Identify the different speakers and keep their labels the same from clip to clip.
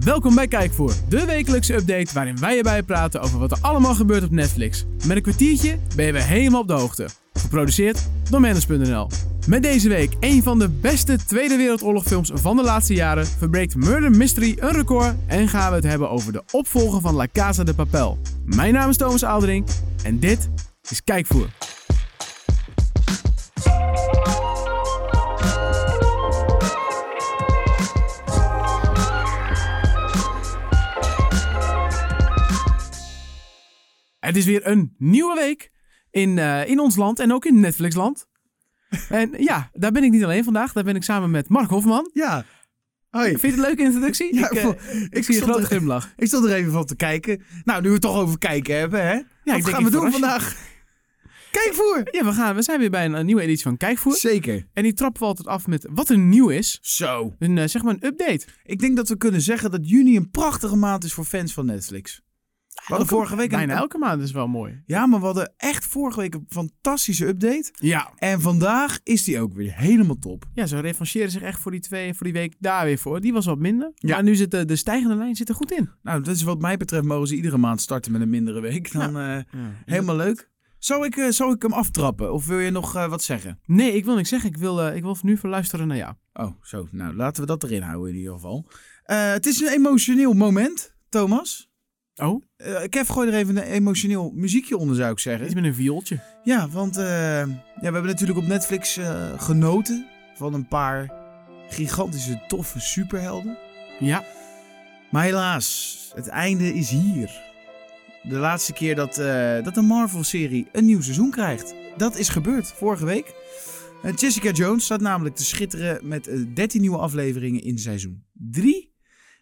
Speaker 1: Welkom bij Kijkvoer, de wekelijkse update waarin wij erbij praten over wat er allemaal gebeurt op Netflix. Met een kwartiertje ben je weer helemaal op de hoogte. Geproduceerd door Manus.nl. Met deze week een van de beste Tweede Wereldoorlogfilms van de laatste jaren verbreekt Murder Mystery een record en gaan we het hebben over de opvolger van La Casa de Papel. Mijn naam is Thomas Aldering en dit is Kijkvoer. Het is weer een nieuwe week in, eh, in ons land en ook in Netflixland. En ja, daar ben ik niet alleen vandaag. Daar ben ik samen met Mark Hofman.
Speaker 2: Ja. Hoi.
Speaker 1: Vind je het een leuke introductie?
Speaker 2: Ja,
Speaker 1: ik, eh,
Speaker 2: voor-
Speaker 1: ik,
Speaker 2: ik
Speaker 1: zie een
Speaker 2: stond
Speaker 1: grote
Speaker 2: er-
Speaker 1: glimlach.
Speaker 2: Ik stond er even van te kijken. Nou, nu we het toch over kijken hebben, hè? Wat
Speaker 1: denk
Speaker 2: gaan
Speaker 1: ik
Speaker 2: we doen
Speaker 1: verras je.
Speaker 2: vandaag? Kijk voor!
Speaker 1: Ja, we, gaan, we zijn weer bij een, een nieuwe editie van Kijkvoer.
Speaker 2: Zeker.
Speaker 1: En die trappen we altijd af met wat er nieuw is.
Speaker 2: Zo.
Speaker 1: Een, eh, zeg maar een update.
Speaker 2: Ik denk dat we kunnen zeggen dat juni een prachtige maand is voor fans van Netflix. We hadden
Speaker 1: Elke-
Speaker 2: vorige week een...
Speaker 1: Bijna elke maand is wel mooi.
Speaker 2: Ja, maar we hadden echt vorige week een fantastische update.
Speaker 1: Ja.
Speaker 2: En vandaag is die ook weer helemaal top.
Speaker 1: Ja, ze revancheren zich echt voor die twee, voor die week daar weer voor. Die was wat minder.
Speaker 2: Ja.
Speaker 1: Maar nu zit de, de stijgende lijn zit er goed in.
Speaker 2: Nou, dat is wat mij betreft mogen ze iedere maand starten met een mindere week. Dan eh, helemaal leuk. Zou ik, eh, zou ik hem aftrappen? Of wil je nog eh, wat zeggen?
Speaker 1: Nee, ik wil niks zeggen. Ik wil, eh, ik wil nu verluisteren naar jou.
Speaker 2: Oh, zo. Nou, laten we dat erin houden in ieder geval. Eh, het is een emotioneel moment, Thomas.
Speaker 1: Oh,
Speaker 2: Eh, Kev, gooi er even een emotioneel muziekje onder, zou ik
Speaker 1: iets
Speaker 2: zeggen.
Speaker 1: met een viooltje.
Speaker 2: Ja, want eh, ja, we hebben natuurlijk op Netflix eh, genoten van een paar gigantische, toffe superhelden.
Speaker 1: Ja.
Speaker 2: Maar helaas, het einde is hier. De laatste keer dat, eh, dat een Marvel-serie een nieuw seizoen krijgt. Dat is gebeurd vorige week. Eh, Jessica Jones staat namelijk te schitteren met eh, 13 nieuwe afleveringen in seizoen 3.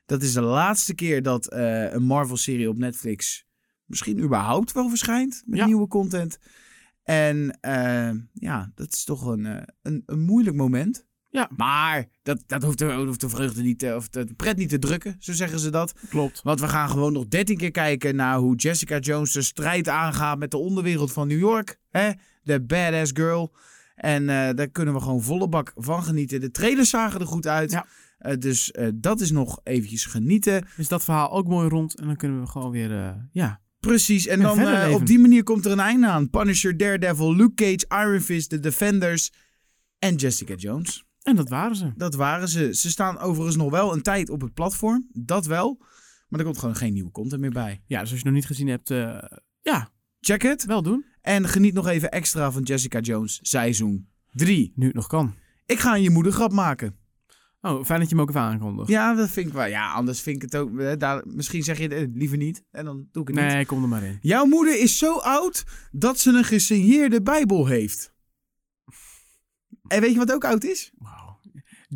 Speaker 2: Dat is de laatste keer dat eh, een Marvel-serie op Netflix misschien überhaupt wel verschijnt met
Speaker 1: Ja.
Speaker 2: nieuwe content. En eh, ja, dat is toch een, eh, een, een moeilijk moment.
Speaker 1: Ja.
Speaker 2: Maar dat, dat hoeft, de, hoeft de vreugde niet, te- of de pret niet te drukken, zo zeggen ze dat.
Speaker 1: Klopt.
Speaker 2: Want we gaan gewoon nog 13 keer kijken naar hoe Jessica Jones de strijd aangaat met de onderwereld van New York. Hè? De badass girl. En eh, daar kunnen we gewoon volle bak van genieten. De trailers zagen er goed uit.
Speaker 1: Ja.
Speaker 2: Eh, dus eh, dat is nog eventjes genieten.
Speaker 1: Is dat verhaal ook mooi rond en dan kunnen we gewoon weer, eh, ja.
Speaker 2: Precies. En
Speaker 1: En
Speaker 2: dan
Speaker 1: verder
Speaker 2: eh,
Speaker 1: leven.
Speaker 2: op die manier komt er een einde aan. Punisher, Daredevil, Luke Cage, Iron Fist, The Defenders en Jessica Jones.
Speaker 1: En dat waren ze.
Speaker 2: Dat waren ze. Ze staan overigens nog wel een tijd op het platform. Dat wel. Maar er komt gewoon geen nieuwe content meer bij.
Speaker 1: Ja, dus als je het nog niet gezien hebt, eh, ja,
Speaker 2: Check het.
Speaker 1: wel doen.
Speaker 2: En geniet nog even extra van Jessica Jones seizoen 3.
Speaker 1: Nu het nog kan.
Speaker 2: Ik ga een je moeder grap maken.
Speaker 1: Oh, fijn dat je me ook even aankondigt.
Speaker 2: Ja, dat vind ik wel. Ja, anders vind ik het ook. eh, daar, misschien zeg je het eh, liever niet. En dan doe ik het niet.
Speaker 1: nee, kom er maar in.
Speaker 2: Jouw moeder is zo oud dat ze een gesigneerde Bijbel heeft. En weet je wat ook oud is?
Speaker 1: Wauw.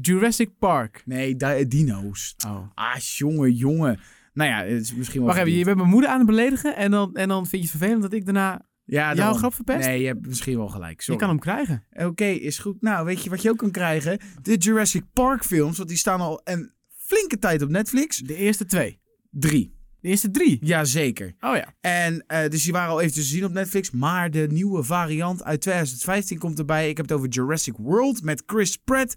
Speaker 1: Jurassic Park.
Speaker 2: Nee, di- dino's.
Speaker 1: Oh.
Speaker 2: Ah, jongen, jongen. Nou ja, het is misschien wel.
Speaker 1: Wacht even, je
Speaker 2: verdiend.
Speaker 1: bent mijn moeder aan het beledigen en dan, en dan vind je het vervelend dat ik daarna...
Speaker 2: ja,
Speaker 1: jouw
Speaker 2: daarom.
Speaker 1: grap verpest?
Speaker 2: Nee, je hebt misschien wel gelijk.
Speaker 1: Je
Speaker 2: Sorry.
Speaker 1: kan hem krijgen.
Speaker 2: Oké, is goed. Nou, weet je wat je ook kan krijgen? De Jurassic Park films, want die staan al een flinke tijd op Netflix.
Speaker 1: De eerste twee.
Speaker 2: Drie.
Speaker 1: De eerste drie.
Speaker 2: Jazeker.
Speaker 1: Oh ja.
Speaker 2: En eh, dus die waren al even te zien op Netflix. Maar de nieuwe variant uit 2015 komt erbij. Ik heb het over Jurassic World met Chris Pratt.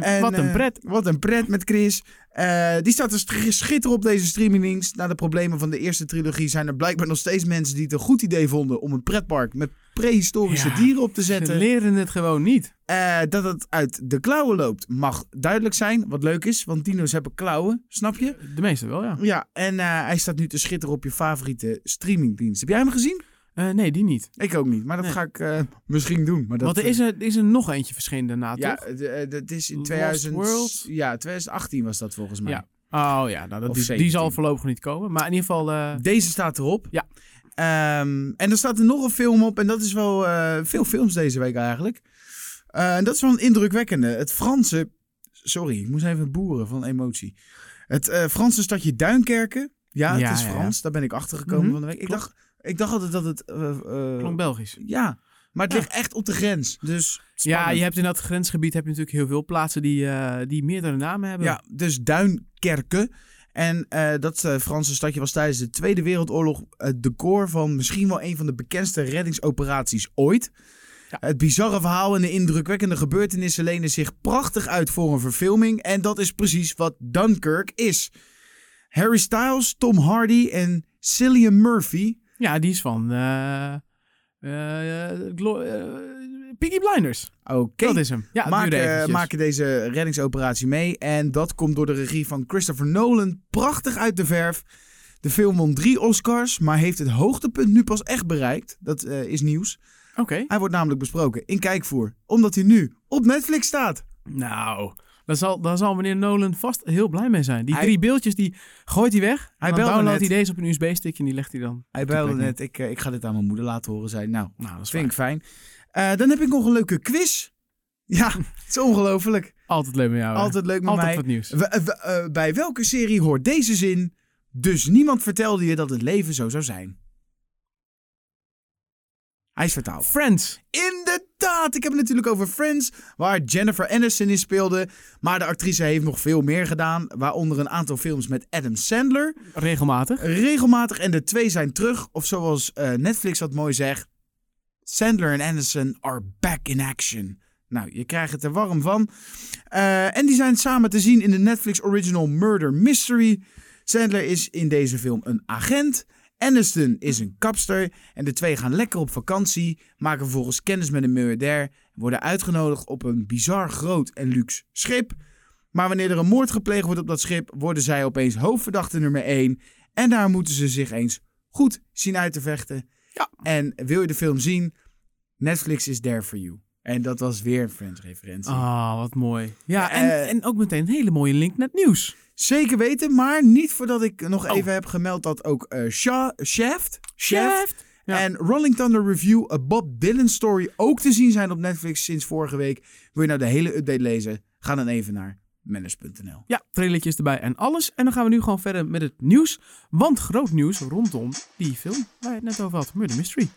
Speaker 2: En,
Speaker 1: Wat een
Speaker 2: eh,
Speaker 1: pret.
Speaker 2: wat een pret met Chris. Eh, die staat te sch- schitteren op deze streamingdienst. Na de problemen van de eerste trilogie zijn er blijkbaar nog steeds mensen die het een goed idee vonden om een pretpark met prehistorische
Speaker 1: Ja,
Speaker 2: dieren op te
Speaker 1: Ze
Speaker 2: zetten.
Speaker 1: leren het gewoon niet.
Speaker 2: Eh, dat het uit de klauwen loopt mag duidelijk zijn. Wat leuk is, want dino's hebben klauwen, snap je?
Speaker 1: De meeste wel, ja.
Speaker 2: Ja, en eh, hij staat nu te schitteren op je favoriete streamingdienst. Heb jij hem gezien?
Speaker 1: Eh, nee, die niet.
Speaker 2: Ik ook niet, maar dat
Speaker 1: Nee.
Speaker 2: ga ik eh, misschien doen. Maar dat, eh,
Speaker 1: Want er is er, er is er nog eentje verschenen daarna,
Speaker 2: Ja,
Speaker 1: toch?
Speaker 2: eh, de- eh, dat is in
Speaker 1: Lost
Speaker 2: 2000,
Speaker 1: World?
Speaker 2: Ja, 2018 was dat volgens mij.
Speaker 1: Ja. Oh ja, nou, dat, die,
Speaker 2: Of
Speaker 1: die
Speaker 2: 17.
Speaker 1: zal voorlopig niet komen. Maar in ieder geval... eh,
Speaker 2: Deze staat erop.
Speaker 1: Ja.
Speaker 2: Ehm, en er staat er nog een film op. En dat is wel eh, veel films deze week eigenlijk. Eh, en dat is wel een indrukwekkende. Het Franse... Sorry, ik moest even boeren van emotie. Het eh, Franse stadje Duinkerken. Ja,
Speaker 1: Ja,
Speaker 2: het is
Speaker 1: ja,
Speaker 2: Frans. Daar ben ik achtergekomen
Speaker 1: Mhm,
Speaker 2: van de week. Ik
Speaker 1: klopt.
Speaker 2: dacht, ik dacht altijd dat het... eh, eh,
Speaker 1: Klonk Belgisch.
Speaker 2: ja, maar het
Speaker 1: Ja.
Speaker 2: ligt echt op de grens. Dus
Speaker 1: Ja,
Speaker 2: spannend.
Speaker 1: je hebt in dat grensgebied heb je natuurlijk heel veel plaatsen die, eh, die meerdere namen hebben.
Speaker 2: Ja, dus Duinkerken. En eh, dat eh, Franse stadje was tijdens de Tweede Wereldoorlog het decor van misschien wel een van de bekendste reddingsoperaties ooit.
Speaker 1: Ja.
Speaker 2: Het bizarre verhaal en de indrukwekkende gebeurtenissen lenen zich prachtig uit voor een verfilming. En dat is precies wat Dunkirk is. Harry Styles, Tom Hardy en Cillian Murphy.
Speaker 1: Ja, die is van eh, eh, Glo- eh, Peaky Blinders.
Speaker 2: Oké, eh,
Speaker 1: Dat is hem. Ja,
Speaker 2: maken,
Speaker 1: duurde eventjes.
Speaker 2: maken deze reddingsoperatie mee. En dat komt door de regie van Christopher Nolan prachtig uit de verf. De film won drie Oscars, maar heeft het hoogtepunt nu pas echt bereikt. Dat eh, is nieuws.
Speaker 1: Oké.
Speaker 2: Hij wordt namelijk besproken in Kijkvoer, omdat hij nu op Netflix staat.
Speaker 1: Nou, daar zal, daar zal meneer Nolan vast heel blij mee zijn. Die
Speaker 2: Hij-
Speaker 1: drie beeldjes, die gooit hij weg. Hij
Speaker 2: belde
Speaker 1: dan downloadt
Speaker 2: net.
Speaker 1: hij deze op een USB-stick en die legt hij dan.
Speaker 2: Hij
Speaker 1: Dat
Speaker 2: belde
Speaker 1: weet ik
Speaker 2: net, ik, eh, ik ga dit aan mijn moeder laten horen. Zei, nou,
Speaker 1: Nou, dat is
Speaker 2: vind ik fijn. Eh, dan heb ik nog een leuke quiz. Ja, het is ongelooflijk.
Speaker 1: fijn. Altijd leuk met jou. hè?
Speaker 2: Altijd leuk met
Speaker 1: Oh Altijd
Speaker 2: mij.
Speaker 1: wat nieuws.
Speaker 2: We- we- eh, bij welke serie hoort deze zin? Dus niemand vertelde je dat het leven zo zou zijn. Hij is vertaald.
Speaker 1: Friends.
Speaker 2: Inderdaad, ik heb het natuurlijk over Friends, waar Jennifer Aniston in speelde. Maar de actrice heeft nog veel meer gedaan, waaronder een aantal films met Adam Sandler.
Speaker 1: Regelmatig.
Speaker 2: Regelmatig en de twee zijn terug, of zoals eh, Netflix dat mooi zegt, Sandler en Aniston are back in action. Nou, je krijgt het er warm van. Eh, en die zijn samen te zien in de Netflix original Murder Mystery. Sandler is in deze film een agent. Aniston is een kapster. En de twee gaan lekker op vakantie, maken vervolgens kennis met een miljardair. En worden uitgenodigd op een bizar groot en luxe schip. Maar wanneer er een moord gepleegd wordt op dat schip, worden zij opeens hoofdverdachte nummer 1. En daar moeten ze zich eens goed zien uit te vechten.
Speaker 1: Ja.
Speaker 2: En wil je de film zien? Netflix is there for you. En dat was weer een Friends-referentie.
Speaker 1: Ah, wat mooi. Ja, en,
Speaker 2: Eh,
Speaker 1: en ook meteen een hele mooie link naar het nieuws.
Speaker 2: Zeker weten, maar niet voordat ik nog
Speaker 1: Oh.
Speaker 2: even heb gemeld dat ook eh, Sha- Shaft,
Speaker 1: Shaft. Ja.
Speaker 2: en Rolling Thunder Review, A Bob Dylan Story, ook te zien zijn op Netflix sinds vorige week. Wil je nou de hele update lezen? Ga dan even naar manners.nl.
Speaker 1: Ja, trailertjes erbij en alles. En dan gaan we nu gewoon verder met het nieuws. Want groot nieuws rondom die film waar je het net over had. Murder Mystery.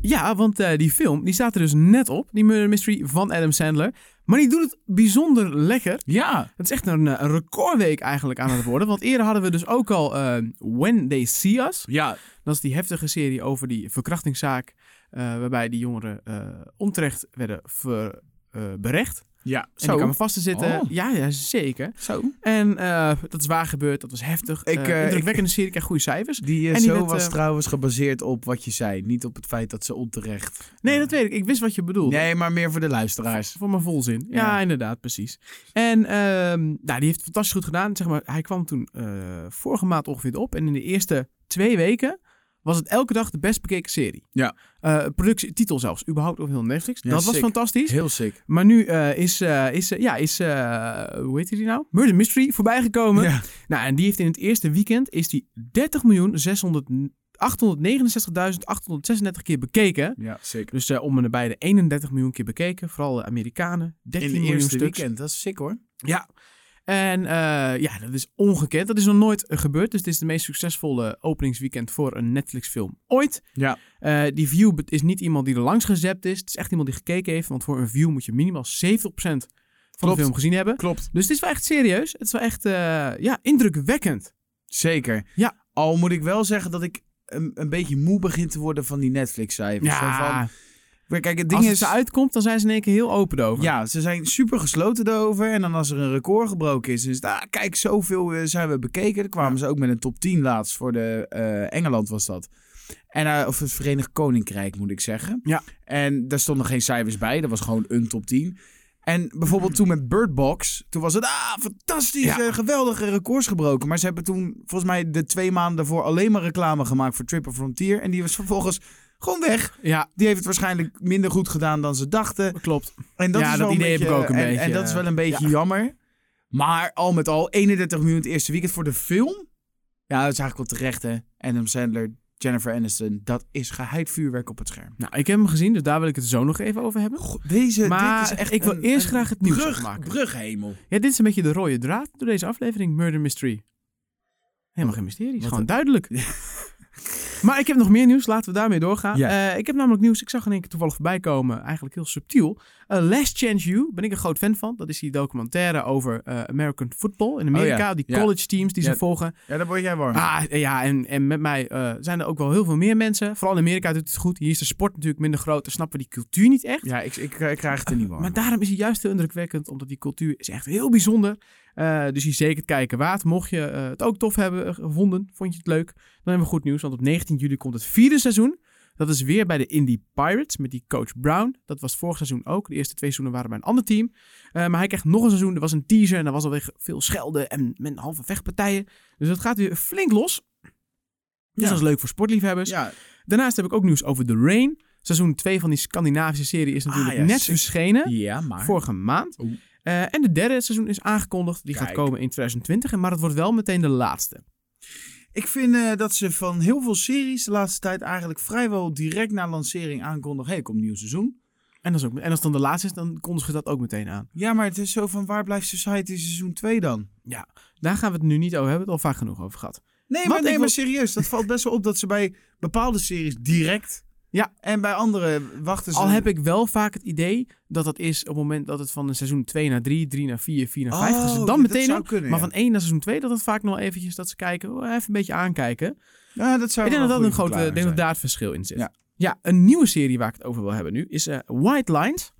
Speaker 1: Ja, want eh, die film die staat er dus net op. Die Murder Mystery van Adam Sandler. Maar die doet het bijzonder lekker.
Speaker 2: Ja.
Speaker 1: Het is echt een, eh, een recordweek eigenlijk aan het worden. Want eerder hadden we dus ook al eh, When They See Us.
Speaker 2: Ja.
Speaker 1: Dat is die heftige serie over die verkrachtingszaak. eh, waarbij die jongeren eh, onterecht werden ver, eh, berecht.
Speaker 2: Ja.
Speaker 1: En die
Speaker 2: Zo.
Speaker 1: kwamen vast te zitten.
Speaker 2: Oh.
Speaker 1: Ja, ja, zeker.
Speaker 2: Zo.
Speaker 1: En eh, dat is waar gebeurd. Dat was heftig.
Speaker 2: Ik,
Speaker 1: Ik,
Speaker 2: eh,
Speaker 1: indrukwekkende serie. Krijgt goede cijfers.
Speaker 2: Die,
Speaker 1: En
Speaker 2: eh
Speaker 1: die
Speaker 2: zo
Speaker 1: werd,
Speaker 2: was
Speaker 1: eh,
Speaker 2: trouwens gebaseerd op wat je zei. Niet op het feit dat ze onterecht...
Speaker 1: Nee, dat weet ik. Ik wist wat je bedoelde.
Speaker 2: Nee, maar meer voor de luisteraars.
Speaker 1: Voor mijn volzin. Ja,
Speaker 2: Ja.
Speaker 1: inderdaad, precies. En ehm, nou, die heeft het fantastisch goed gedaan. Zeg maar, hij kwam toen eh, vorige maand ongeveer op. En in de eerste twee weken was het elke dag de best bekeken serie.
Speaker 2: Ja.
Speaker 1: Eh, productie, titel zelfs, überhaupt over heel Netflix.
Speaker 2: Ja,
Speaker 1: dat was
Speaker 2: sick.
Speaker 1: fantastisch.
Speaker 2: Heel sick.
Speaker 1: Maar nu eh, is, eh, is, eh, ja, is eh, hoe heet die nou? Murder Mystery voorbijgekomen.
Speaker 2: Ja.
Speaker 1: Nou, en die heeft in het eerste weekend is die 30 miljoen 869.836 keer bekeken.
Speaker 2: Ja, sick.
Speaker 1: Dus eh, om en nabij de 31 miljoen keer bekeken. Vooral de Amerikanen. 13
Speaker 2: In het
Speaker 1: miljoen
Speaker 2: eerste
Speaker 1: stuks.
Speaker 2: weekend. Dat is sick hoor.
Speaker 1: Ja. En eh, ja, dat is ongekend. Dat is nog nooit eh, gebeurd. Dus dit is de meest succesvolle openingsweekend voor een Netflix-film ooit.
Speaker 2: Ja.
Speaker 1: Eh, die view be- is niet iemand die er langs gezept is. Het is echt iemand die gekeken heeft. Want voor een view moet je minimaal 70% van de
Speaker 2: Klopt.
Speaker 1: film gezien hebben.
Speaker 2: Klopt.
Speaker 1: Dus het is wel echt serieus. Het is wel echt eh, ja, indrukwekkend.
Speaker 2: Zeker.
Speaker 1: Ja.
Speaker 2: Al moet ik wel zeggen dat ik een, een beetje moe begin te worden van die Netflix-cijfers. Zo van-
Speaker 1: Ja,
Speaker 2: Maar kijk, het ding
Speaker 1: als het
Speaker 2: is...
Speaker 1: ze uitkomt, dan zijn ze in één keer heel open over.
Speaker 2: Ja, ze zijn super gesloten daarover. En dan als er een record gebroken is, is het, ah, kijk, zoveel eh, zijn we bekeken. Dan kwamen ze ook met een top 10 laatst voor de eh, Engeland was dat. En, eh, of het Verenigd Koninkrijk, moet ik zeggen.
Speaker 1: Ja.
Speaker 2: En daar stonden geen cijfers bij. Dat was gewoon een top 10. En bijvoorbeeld toen met Bird Box, toen was het, ah, fantastisch,
Speaker 1: Ja.
Speaker 2: eh, geweldige records gebroken. Maar ze hebben toen, volgens mij, de twee maanden daarvoor alleen maar reclame gemaakt voor Triple Frontier. En die was vervolgens gewoon weg.
Speaker 1: ja
Speaker 2: Die heeft het waarschijnlijk minder goed gedaan dan ze dachten.
Speaker 1: klopt.
Speaker 2: En dat
Speaker 1: Ja,
Speaker 2: is
Speaker 1: dat
Speaker 2: wel een
Speaker 1: idee heb
Speaker 2: beetje,
Speaker 1: ik ook een
Speaker 2: en,
Speaker 1: beetje,
Speaker 2: En dat is wel een beetje
Speaker 1: ja.
Speaker 2: jammer. Maar al met al, 31 miljoen het eerste weekend voor de film. Ja, dat is eigenlijk wel terecht, hè. Adam Sandler, Jennifer Aniston. Dat is geheid vuurwerk op het scherm.
Speaker 1: Nou, ik heb hem gezien, dus daar wil ik het zo nog even over hebben.
Speaker 2: Deze,
Speaker 1: Maar
Speaker 2: dit is echt
Speaker 1: ik wil
Speaker 2: een-
Speaker 1: eerst
Speaker 2: een
Speaker 1: graag het nieuws
Speaker 2: brug,
Speaker 1: afmaken.
Speaker 2: Brughemel.
Speaker 1: Ja, dit is een beetje de rode draad door deze aflevering, Murder Mystery. Helemaal geen mysterie, is
Speaker 2: Wat
Speaker 1: gewoon
Speaker 2: een-
Speaker 1: duidelijk. Maar ik heb nog meer nieuws. Laten we daarmee doorgaan.
Speaker 2: Ja.
Speaker 1: Eh, ik heb namelijk nieuws. Ik zag in één keer toevallig voorbij komen. Eigenlijk heel subtiel. Eh, Last Chance You. Ben ik een groot fan van. Dat is die documentaire over eh, American football in Amerika. Die
Speaker 2: Oh Ja.
Speaker 1: college teams die
Speaker 2: Ja. Oh.
Speaker 1: ze volgen.
Speaker 2: Ja, daar word jij warm.
Speaker 1: Ah, ja, en, en met mij eh, zijn er ook wel heel veel meer mensen. Vooral in Amerika doet het goed. Hier is de sport natuurlijk minder groot. Dan snappen we die cultuur niet echt.
Speaker 2: Ja, ik, eh, ik, ik krijg het er niet warm.
Speaker 1: Maar daarom is hij juist heel indrukwekkend, omdat die cultuur is echt heel bijzonder. Eh, dus die is zeker het kijken waard. Mocht je eh, het ook tof hebben eh, gevonden, vond je het leuk, dan hebben we goed nieuws. Want op 19 juli komt het vierde seizoen. Dat is weer bij de Indy Pirates met die coach Brown. Dat was vorig seizoen ook. De eerste twee seizoenen waren bij een ander team. Eh, maar hij krijgt nog een seizoen. Er was een teaser en er was alweer veel schelden en met halve vechtpartijen. Dus dat gaat weer flink los. Dus
Speaker 2: Ja.
Speaker 1: dat is leuk voor sportliefhebbers.
Speaker 2: ja,
Speaker 1: Daarnaast heb ik ook nieuws over The Rain. Seizoen 2 van die Scandinavische serie is natuurlijk
Speaker 2: Ah, ja,
Speaker 1: net
Speaker 2: sick.
Speaker 1: verschenen.
Speaker 2: ja, maar...
Speaker 1: Vorige maand.
Speaker 2: Oeh.
Speaker 1: Eh, en de derde seizoen is aangekondigd. Die gaat
Speaker 2: Kijk.
Speaker 1: komen in 2020. en- Maar het wordt wel meteen de laatste.
Speaker 2: Ik vind eh, dat ze van heel veel series de laatste tijd eigenlijk vrijwel direct na lancering aankondigen... hey, er komt een nieuw seizoen.
Speaker 1: En als, ook, en als het dan de laatste is, dan kondigen ze dat ook meteen aan.
Speaker 2: Ja, maar het is zo van waar blijft Society seizoen 2 dan?
Speaker 1: Daar gaan we het nu niet over hebben. We hebben het al vaak genoeg over gehad.
Speaker 2: Nee,
Speaker 1: Want
Speaker 2: maar,
Speaker 1: ik
Speaker 2: nee,
Speaker 1: wil-
Speaker 2: maar serieus. Dat valt best wel op dat ze bij bepaalde series direct...
Speaker 1: Ja.
Speaker 2: En bij andere wachten ze...
Speaker 1: Al heb ik wel vaak het idee dat dat is op het moment dat het van een seizoen 2 naar 3, 3 naar 4, 4 naar 5.
Speaker 2: Oh,
Speaker 1: dat ze het
Speaker 2: dat
Speaker 1: dus dan meteen
Speaker 2: zou
Speaker 1: doen.
Speaker 2: kunnen,
Speaker 1: Maar
Speaker 2: ja.
Speaker 1: van 1 naar seizoen 2, dat het vaak nog wel eventjes dat ze kijken. oh, even een beetje aankijken.
Speaker 2: Ja, dat zou
Speaker 1: Ik denk
Speaker 2: wel
Speaker 1: dat dat een
Speaker 2: goede
Speaker 1: groot, ik denk dat
Speaker 2: verklaring
Speaker 1: daar het verschil in zit.
Speaker 2: Ja.
Speaker 1: Ja. een nieuwe serie waar ik het over wil hebben nu is eh, White Lines.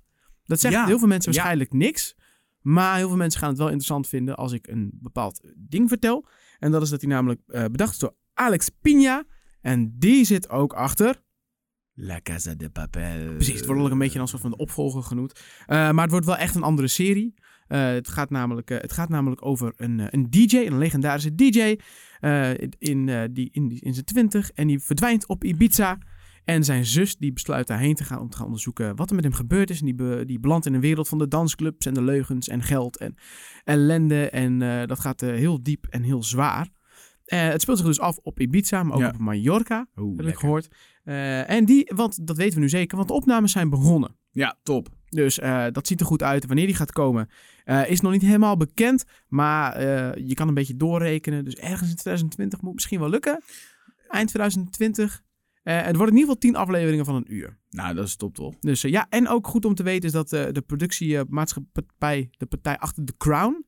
Speaker 1: Dat zegt
Speaker 2: Ja.
Speaker 1: heel veel mensen
Speaker 2: Ja.
Speaker 1: waarschijnlijk niks. Maar heel veel mensen gaan het wel interessant vinden als ik een bepaald ding vertel. En dat is dat hij namelijk eh, bedacht is door Alex Pina. En die zit ook achter.
Speaker 2: zijn. La Casa de Papel.
Speaker 1: Precies, het wordt ook een beetje als soort van de opvolger genoemd. Eh, maar het wordt wel echt een andere serie. Eh, het, gaat namelijk, eh, het gaat namelijk over een, eh, een DJ, een legendarische DJ. eh, in, eh, die, in, die- in zijn twintig. En die verdwijnt op Ibiza. En zijn zus die besluit daarheen te gaan om te gaan onderzoeken wat er met hem gebeurd is. En die, be- die belandt in een wereld van de dansclubs en de leugens en geld en ellende. En eh, dat gaat eh, heel diep en heel zwaar. Eh, het speelt zich dus af op Ibiza, maar ook
Speaker 2: Ja.
Speaker 1: op Mallorca
Speaker 2: Oeh,
Speaker 1: heb ik
Speaker 2: lekker.
Speaker 1: gehoord. Eh, en die, want dat weten we nu zeker, want de opnames zijn begonnen.
Speaker 2: Ja, top.
Speaker 1: Dus eh, dat ziet er goed uit. Wanneer die gaat komen eh, is nog niet helemaal bekend. Maar eh, je kan een beetje doorrekenen. Dus ergens in 2020 moet het misschien wel lukken. Eind 2020. Eh, het worden in ieder geval tien afleveringen van een uur.
Speaker 2: Nou, dat is top toch?
Speaker 1: Dus eh, ja, en ook goed om te weten is dat eh, de productiemaatschappij, de partij achter The Crown,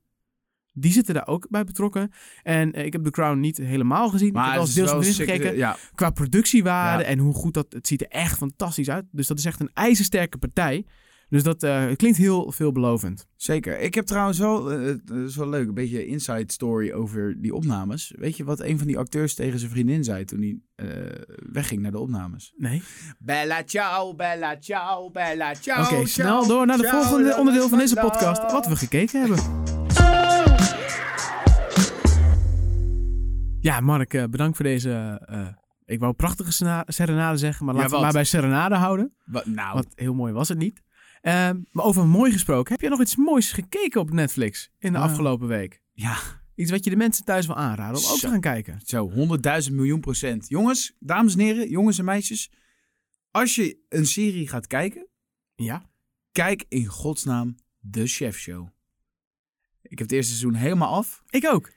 Speaker 1: die zitten daar ook bij betrokken. En eh, ik heb The Crown niet helemaal gezien. ik heb wel
Speaker 2: het
Speaker 1: eens
Speaker 2: is
Speaker 1: deels
Speaker 2: wel
Speaker 1: erin
Speaker 2: sick,
Speaker 1: gekeken
Speaker 2: eh, Ja,
Speaker 1: qua productiewaarde
Speaker 2: Ja.
Speaker 1: en hoe goed dat... Het ziet er echt fantastisch uit. Dus dat is echt een ijzersterke partij. Dus dat eh, klinkt heel veelbelovend.
Speaker 2: Zeker. Ik heb trouwens wel, eh, het is wel leuk, een beetje inside story over die opnames. Weet je wat een van die acteurs tegen zijn vriendin zei toen hij eh, wegging naar de opnames?
Speaker 1: Nee.
Speaker 2: Bella ciao, bella ciao, bella ciao.
Speaker 1: Oké, snel door naar het
Speaker 2: ciao,
Speaker 1: volgende
Speaker 2: Oh, dat
Speaker 1: onderdeel
Speaker 2: was
Speaker 1: van deze
Speaker 2: vandaag.
Speaker 1: podcast. Wat we gekeken hebben. Ja, Mark, eh, bedankt voor deze... eh, ik wou prachtige sena- serenade zeggen, maar
Speaker 2: Ja,
Speaker 1: laten we
Speaker 2: wat?
Speaker 1: maar bij serenade houden.
Speaker 2: Wat, nou,
Speaker 1: Want heel mooi was het niet. Eh, maar over mooi gesproken, heb je nog iets moois gekeken op Netflix in de
Speaker 2: Ah.
Speaker 1: afgelopen week?
Speaker 2: Ja.
Speaker 1: Iets wat je de mensen thuis wil aanraden om ook te
Speaker 2: Zo.
Speaker 1: gaan kijken.
Speaker 2: zo 100.000 miljoen procent. Jongens, dames en heren, jongens en meisjes. Als je een serie gaat kijken,
Speaker 1: Ja.
Speaker 2: kijk in godsnaam The Chef Show. Ik heb het eerste seizoen helemaal af.
Speaker 1: Ik ook.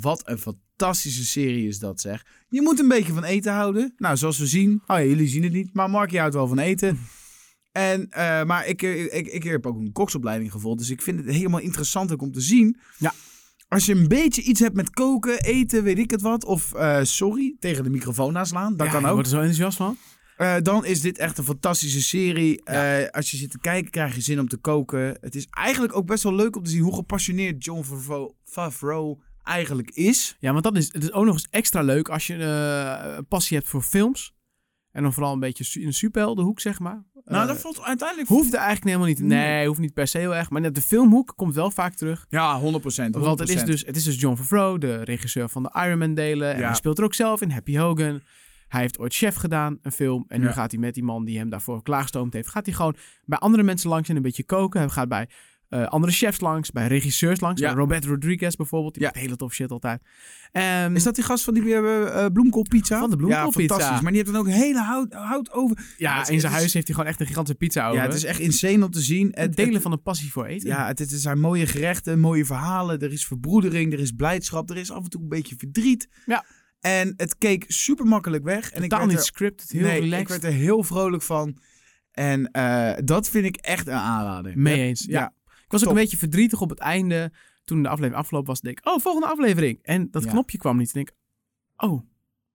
Speaker 2: Wat een fantastische serie is dat, zeg. Je moet een beetje van eten houden. Nou, zoals we zien. Oh ja, jullie zien het niet, maar Markie houdt wel van eten. En, eh, maar ik, eh, ik, ik heb ook een koksopleiding gevolgd, dus ik vind het helemaal interessant ook om te zien.
Speaker 1: Ja.
Speaker 2: Als je een beetje iets hebt met koken, eten, weet ik het wat. Of, eh, sorry, tegen de microfoon naslaan. Dat
Speaker 1: ja,
Speaker 2: kan
Speaker 1: Ik
Speaker 2: ook.
Speaker 1: word er zo enthousiast van.
Speaker 2: Eh, dan is dit echt een fantastische serie. Eh, als je zit te kijken, krijg je zin om te koken. Het is eigenlijk ook best wel leuk om te zien hoe gepassioneerd John Favreau, Favreau eigenlijk is.
Speaker 1: Ja, want dat is, het is ook nog eens extra leuk als je eh, een passie hebt voor films. En dan vooral een beetje su- in de superheldenhoek, zeg maar.
Speaker 2: Nou,
Speaker 1: Eh,
Speaker 2: dat valt uiteindelijk...
Speaker 1: hoeft er eigenlijk helemaal niet. Nee, hoeft niet per se heel erg. Maar net de filmhoek komt wel vaak terug.
Speaker 2: Ja, 100 procent.
Speaker 1: Want het is, dus, het is dus John Favreau, de regisseur van de Iron Man delen. En
Speaker 2: Ja.
Speaker 1: hij speelt er ook zelf in, Happy Hogan. Hij heeft ooit Chef gedaan, een film. En
Speaker 2: Ja.
Speaker 1: nu gaat hij met die man die hem daarvoor klaargestoomd heeft... gaat hij gewoon bij andere mensen langs en een beetje koken. Hij gaat bij eh, andere chefs langs, bij regisseurs langs.
Speaker 2: Ja.
Speaker 1: Bij Robert Rodriguez bijvoorbeeld. Die
Speaker 2: Ja.
Speaker 1: maakt hele tof shit altijd. Ehm,
Speaker 2: Is dat die gast van die eh, eh, bloemkoolpizza?
Speaker 1: Van de bloemkoolpizza.
Speaker 2: Ja, fantastisch. Maar die heeft dan ook hele hout, hout over.
Speaker 1: ja,
Speaker 2: het is-
Speaker 1: in zijn
Speaker 2: het
Speaker 1: huis
Speaker 2: is-
Speaker 1: heeft hij gewoon echt een gigantische pizza over.
Speaker 2: Ja, het is echt insane om te zien.
Speaker 1: het
Speaker 2: Het,
Speaker 1: delen
Speaker 2: het-
Speaker 1: van een passie voor eten.
Speaker 2: ja, het, het zijn mooie gerechten, mooie verhalen. Er is verbroedering, er is blijdschap, er is af en toe een beetje verdriet.
Speaker 1: Ja.
Speaker 2: En het keek super makkelijk weg. En ik
Speaker 1: Totaal
Speaker 2: werd
Speaker 1: niet
Speaker 2: er-
Speaker 1: scripted, heel
Speaker 2: nee,
Speaker 1: relaxed.
Speaker 2: ik werd er heel vrolijk van. En eh, dat vind ik echt een aanrader.
Speaker 1: Mee eens, ja. Ik was ook
Speaker 2: Top.
Speaker 1: een beetje verdrietig op het einde. Toen de aflevering afgelopen was, denk ik, oh, volgende aflevering. En dat
Speaker 2: Ja.
Speaker 1: knopje kwam niet. En ik, oh,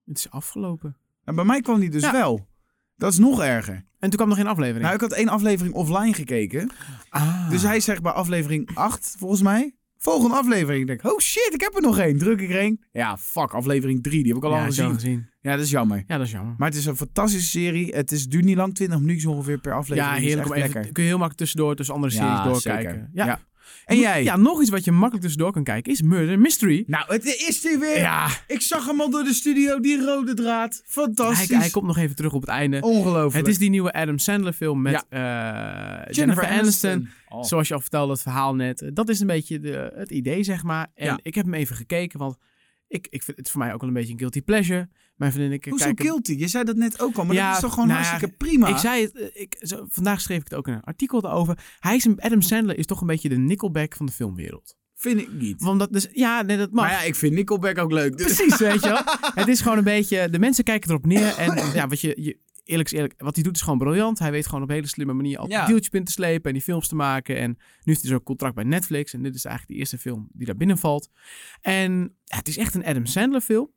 Speaker 1: het is afgelopen.
Speaker 2: En bij mij kwam die dus
Speaker 1: Ja.
Speaker 2: wel. Dat is nog erger.
Speaker 1: En toen kwam nog geen aflevering.
Speaker 2: Nou, ik had één aflevering offline gekeken.
Speaker 1: ah.
Speaker 2: Dus hij zegt bij aflevering 8, volgens mij. Volgende aflevering. Ik denk, oh shit, ik heb er nog één. Druk ik er één. Ja, fuck, aflevering 3. Die heb ik al
Speaker 1: ja,
Speaker 2: lang
Speaker 1: is al
Speaker 2: gezien.
Speaker 1: gezien.
Speaker 2: Ja, dat is jammer.
Speaker 1: Ja, dat is jammer.
Speaker 2: Maar het is een fantastische serie. Het is, duurt niet lang, 20 minuten ongeveer per aflevering.
Speaker 1: ja,
Speaker 2: Het is
Speaker 1: heerlijk om
Speaker 2: echt
Speaker 1: even, kun je heel makkelijk tussendoor tussen andere series
Speaker 2: Ja,
Speaker 1: doorkijken.
Speaker 2: zeker. Ja. En
Speaker 1: Mo-
Speaker 2: jij?
Speaker 1: Ja, nog iets wat je makkelijk tussendoor kan kijken is Murder Mystery.
Speaker 2: Nou, het is die weer.
Speaker 1: Ja,
Speaker 2: Ik zag hem al door de studio, die rode draad.
Speaker 1: hij,
Speaker 2: Fantastisch.
Speaker 1: hij komt nog even terug op het einde.
Speaker 2: Ongelooflijk.
Speaker 1: Het is die nieuwe Adam Sandler film met
Speaker 2: Ja.
Speaker 1: eh, Jennifer, Aniston.
Speaker 2: Oh,
Speaker 1: Zoals je al vertelde, het verhaal net. eh, Dat is een beetje de, het idee, zeg maar. En
Speaker 2: Ja.
Speaker 1: ik heb hem even gekeken, want ik, ik vind het voor mij ook wel een beetje een guilty pleasure. Mijn vriendin en ik
Speaker 2: Hoezo
Speaker 1: kijken-
Speaker 2: guilty? Je zei dat net ook al, maar
Speaker 1: Ja,
Speaker 2: dat is toch gewoon
Speaker 1: nou ja,
Speaker 2: hartstikke prima?
Speaker 1: Ik zei het, eh, ik, zo, vandaag schreef ik het ook in een artikel over. Hij is, een- Adam Sandler is toch een beetje de Nickelback van de filmwereld.
Speaker 2: Vind ik niet.
Speaker 1: Want dat dus, ja, nee, dat mag.
Speaker 2: Maar ja, ik vind Nickelback ook leuk. Dus...
Speaker 1: Precies, weet je wel. Het is gewoon een beetje... De mensen kijken erop neer. En ja, wat je... je eerlijk is eerlijk, wat hij doet is gewoon briljant. Hij weet gewoon op een hele slimme manier al
Speaker 2: Ja.
Speaker 1: deeltjes binnen te slepen en die films te maken. En nu heeft hij zo'n contract bij Netflix. En dit is eigenlijk de eerste film die daar binnenvalt. En ja, het is echt een Adam Sandler film.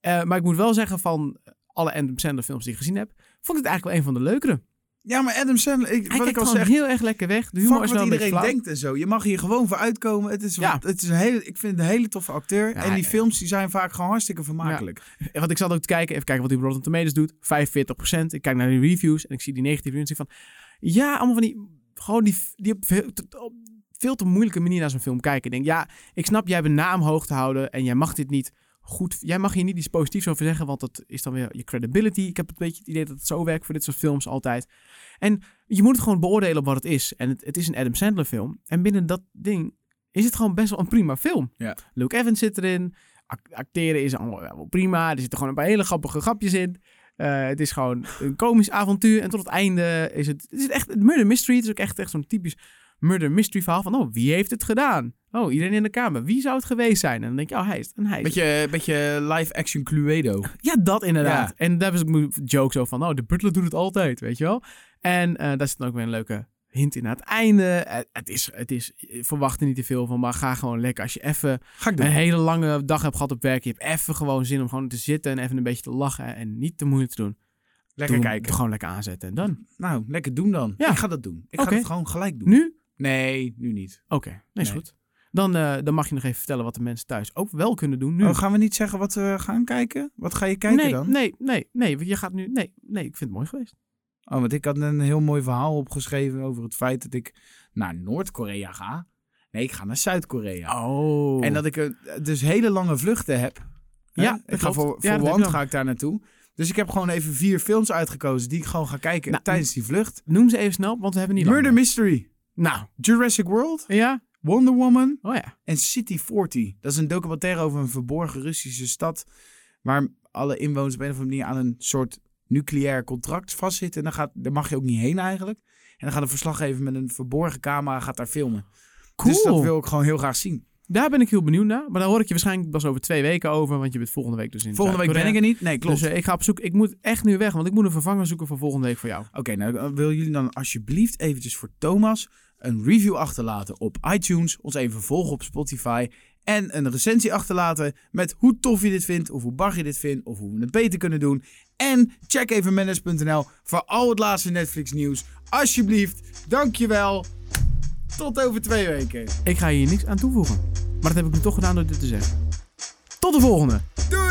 Speaker 1: Eh, maar ik moet wel zeggen van alle Adam Sandler films die ik gezien heb, vond ik het eigenlijk wel een van de leukere.
Speaker 2: Ja, maar Adam Sandler, ik,
Speaker 1: Hij
Speaker 2: wat ik
Speaker 1: kijkt
Speaker 2: al
Speaker 1: gewoon
Speaker 2: zeg,
Speaker 1: heel erg lekker weg. De humor
Speaker 2: fuck
Speaker 1: is
Speaker 2: wat
Speaker 1: wel een beetje
Speaker 2: iedereen
Speaker 1: flauw.
Speaker 2: denkt en zo. Je mag hier gewoon voor uitkomen. Het is,
Speaker 1: Ja.
Speaker 2: het is een hele, ik vind het een hele toffe acteur. en die
Speaker 1: ja.
Speaker 2: films die zijn vaak gewoon hartstikke vermakelijk.
Speaker 1: En Want ik zat ook te kijken, even kijken wat die Rotten Tomatoes doet. 45%. Ik kijk naar de reviews en ik zie die negatieve reviews. En ik denk van, ja, allemaal van die... Gewoon die, die op veel te, op veel te moeilijke manier naar zo'n film kijken. Ik denk, ja, ik snap, jij hebt een naam hoog te houden. En jij mag dit niet goed... Jij mag hier niet iets positiefs over zeggen, want dat is dan weer je credibility. Ik heb een beetje het idee dat het zo werkt voor dit soort films altijd. En je moet het gewoon beoordelen op wat het is. En het, het is een Adam Sandler film. En binnen dat ding is het gewoon best wel een prima film.
Speaker 2: Ja.
Speaker 1: Luke Evans zit erin. Ac- acteren is allemaal wel prima. Er zitten gewoon een paar hele grappige grapjes in. Eh, het is gewoon een komisch avontuur. En tot het einde is het... Het is echt het murder mystery. Het is ook echt, echt zo'n typisch murder mystery verhaal. Van, oh, wie heeft het gedaan? Oh, iedereen in de kamer. Wie zou het geweest zijn? En dan denk je, oh, hij is het. En hij is het.
Speaker 2: Beetje, beetje live-action Cluedo.
Speaker 1: Ja, dat inderdaad. En daar hebben ze ook jokes over van, nou, de butler doet het altijd, weet je wel. En eh, daar zit dan ook weer een leuke hint in aan het einde. Eh, het is, het is, verwacht er niet te veel van, maar ga gewoon lekker. Als je even
Speaker 2: Ga ik
Speaker 1: een
Speaker 2: doen.
Speaker 1: hele lange dag hebt gehad op werk, je hebt even gewoon zin om gewoon te zitten en even een beetje te lachen en niet te moeilijk te doen.
Speaker 2: Lekker
Speaker 1: Doe hem
Speaker 2: kijken.
Speaker 1: Gewoon lekker aanzetten en dan.
Speaker 2: Nou, lekker doen dan.
Speaker 1: Ja.
Speaker 2: Ik ga dat doen. Ik
Speaker 1: Oké.
Speaker 2: ga het gewoon gelijk doen.
Speaker 1: Nu?
Speaker 2: Nee, nu niet.
Speaker 1: Oké, nee, is
Speaker 2: Nee.
Speaker 1: goed. Dan, eh, dan mag je nog even vertellen wat de mensen thuis ook wel kunnen doen nu.
Speaker 2: Oh, gaan we niet zeggen wat we gaan kijken? Wat ga je kijken
Speaker 1: nee,
Speaker 2: dan?
Speaker 1: nee, nee, nee, want je gaat nu, nee, nee, ik vind het mooi geweest.
Speaker 2: Oh, want ik had een heel mooi verhaal opgeschreven over het feit dat ik naar Noord-Korea ga. Nee, ik ga naar Zuid-Korea.
Speaker 1: Oh.
Speaker 2: En dat ik eh, dus hele lange vluchten heb. Hè?
Speaker 1: Ja, dat
Speaker 2: ik ga
Speaker 1: klopt.
Speaker 2: voor,
Speaker 1: Ja,
Speaker 2: voor
Speaker 1: dat heb
Speaker 2: Wand
Speaker 1: ik
Speaker 2: ga ik daar naartoe. Dus ik heb gewoon even vier films uitgekozen die ik gewoon ga kijken
Speaker 1: Nou,
Speaker 2: tijdens die vlucht.
Speaker 1: Noem ze even snel, want we hebben niet lang
Speaker 2: Murder
Speaker 1: meer.
Speaker 2: Mystery,
Speaker 1: Nou,
Speaker 2: Jurassic World,
Speaker 1: ja.
Speaker 2: Wonder Woman
Speaker 1: Oh ja.
Speaker 2: en City 40. Dat is een documentaire over een verborgen Russische stad waar alle inwoners op een of andere manier aan een soort nucleair contract vastzitten. En dan gaat, daar mag je ook niet heen eigenlijk. En dan gaat een verslaggever met een verborgen camera gaat daar filmen.
Speaker 1: Cool.
Speaker 2: Dus dat wil ik gewoon heel graag zien.
Speaker 1: Daar ben ik heel benieuwd naar. Maar daar hoor ik je waarschijnlijk pas over twee weken over. Want je bent volgende week dus in
Speaker 2: Volgende week ben ik er niet. Nee, klopt.
Speaker 1: Dus eh, ik ga op zoek. Ik moet echt nu weg, want ik moet een vervanger zoeken voor volgende week voor jou.
Speaker 2: Oké, nou dan wil jullie dan alsjeblieft eventjes voor Thomas een review achterlaten op iTunes, ons even volgen op Spotify en een recensie achterlaten met hoe tof je dit vindt of hoe bar je dit vindt of hoe we het beter kunnen doen. En check even manage.nl voor al het laatste Netflix nieuws. Alsjeblieft, dankjewel. Tot over twee weken.
Speaker 1: Ik ga hier niks aan toevoegen. Maar dat heb ik nu toch gedaan door dit te zeggen. Tot de volgende!
Speaker 2: Doei!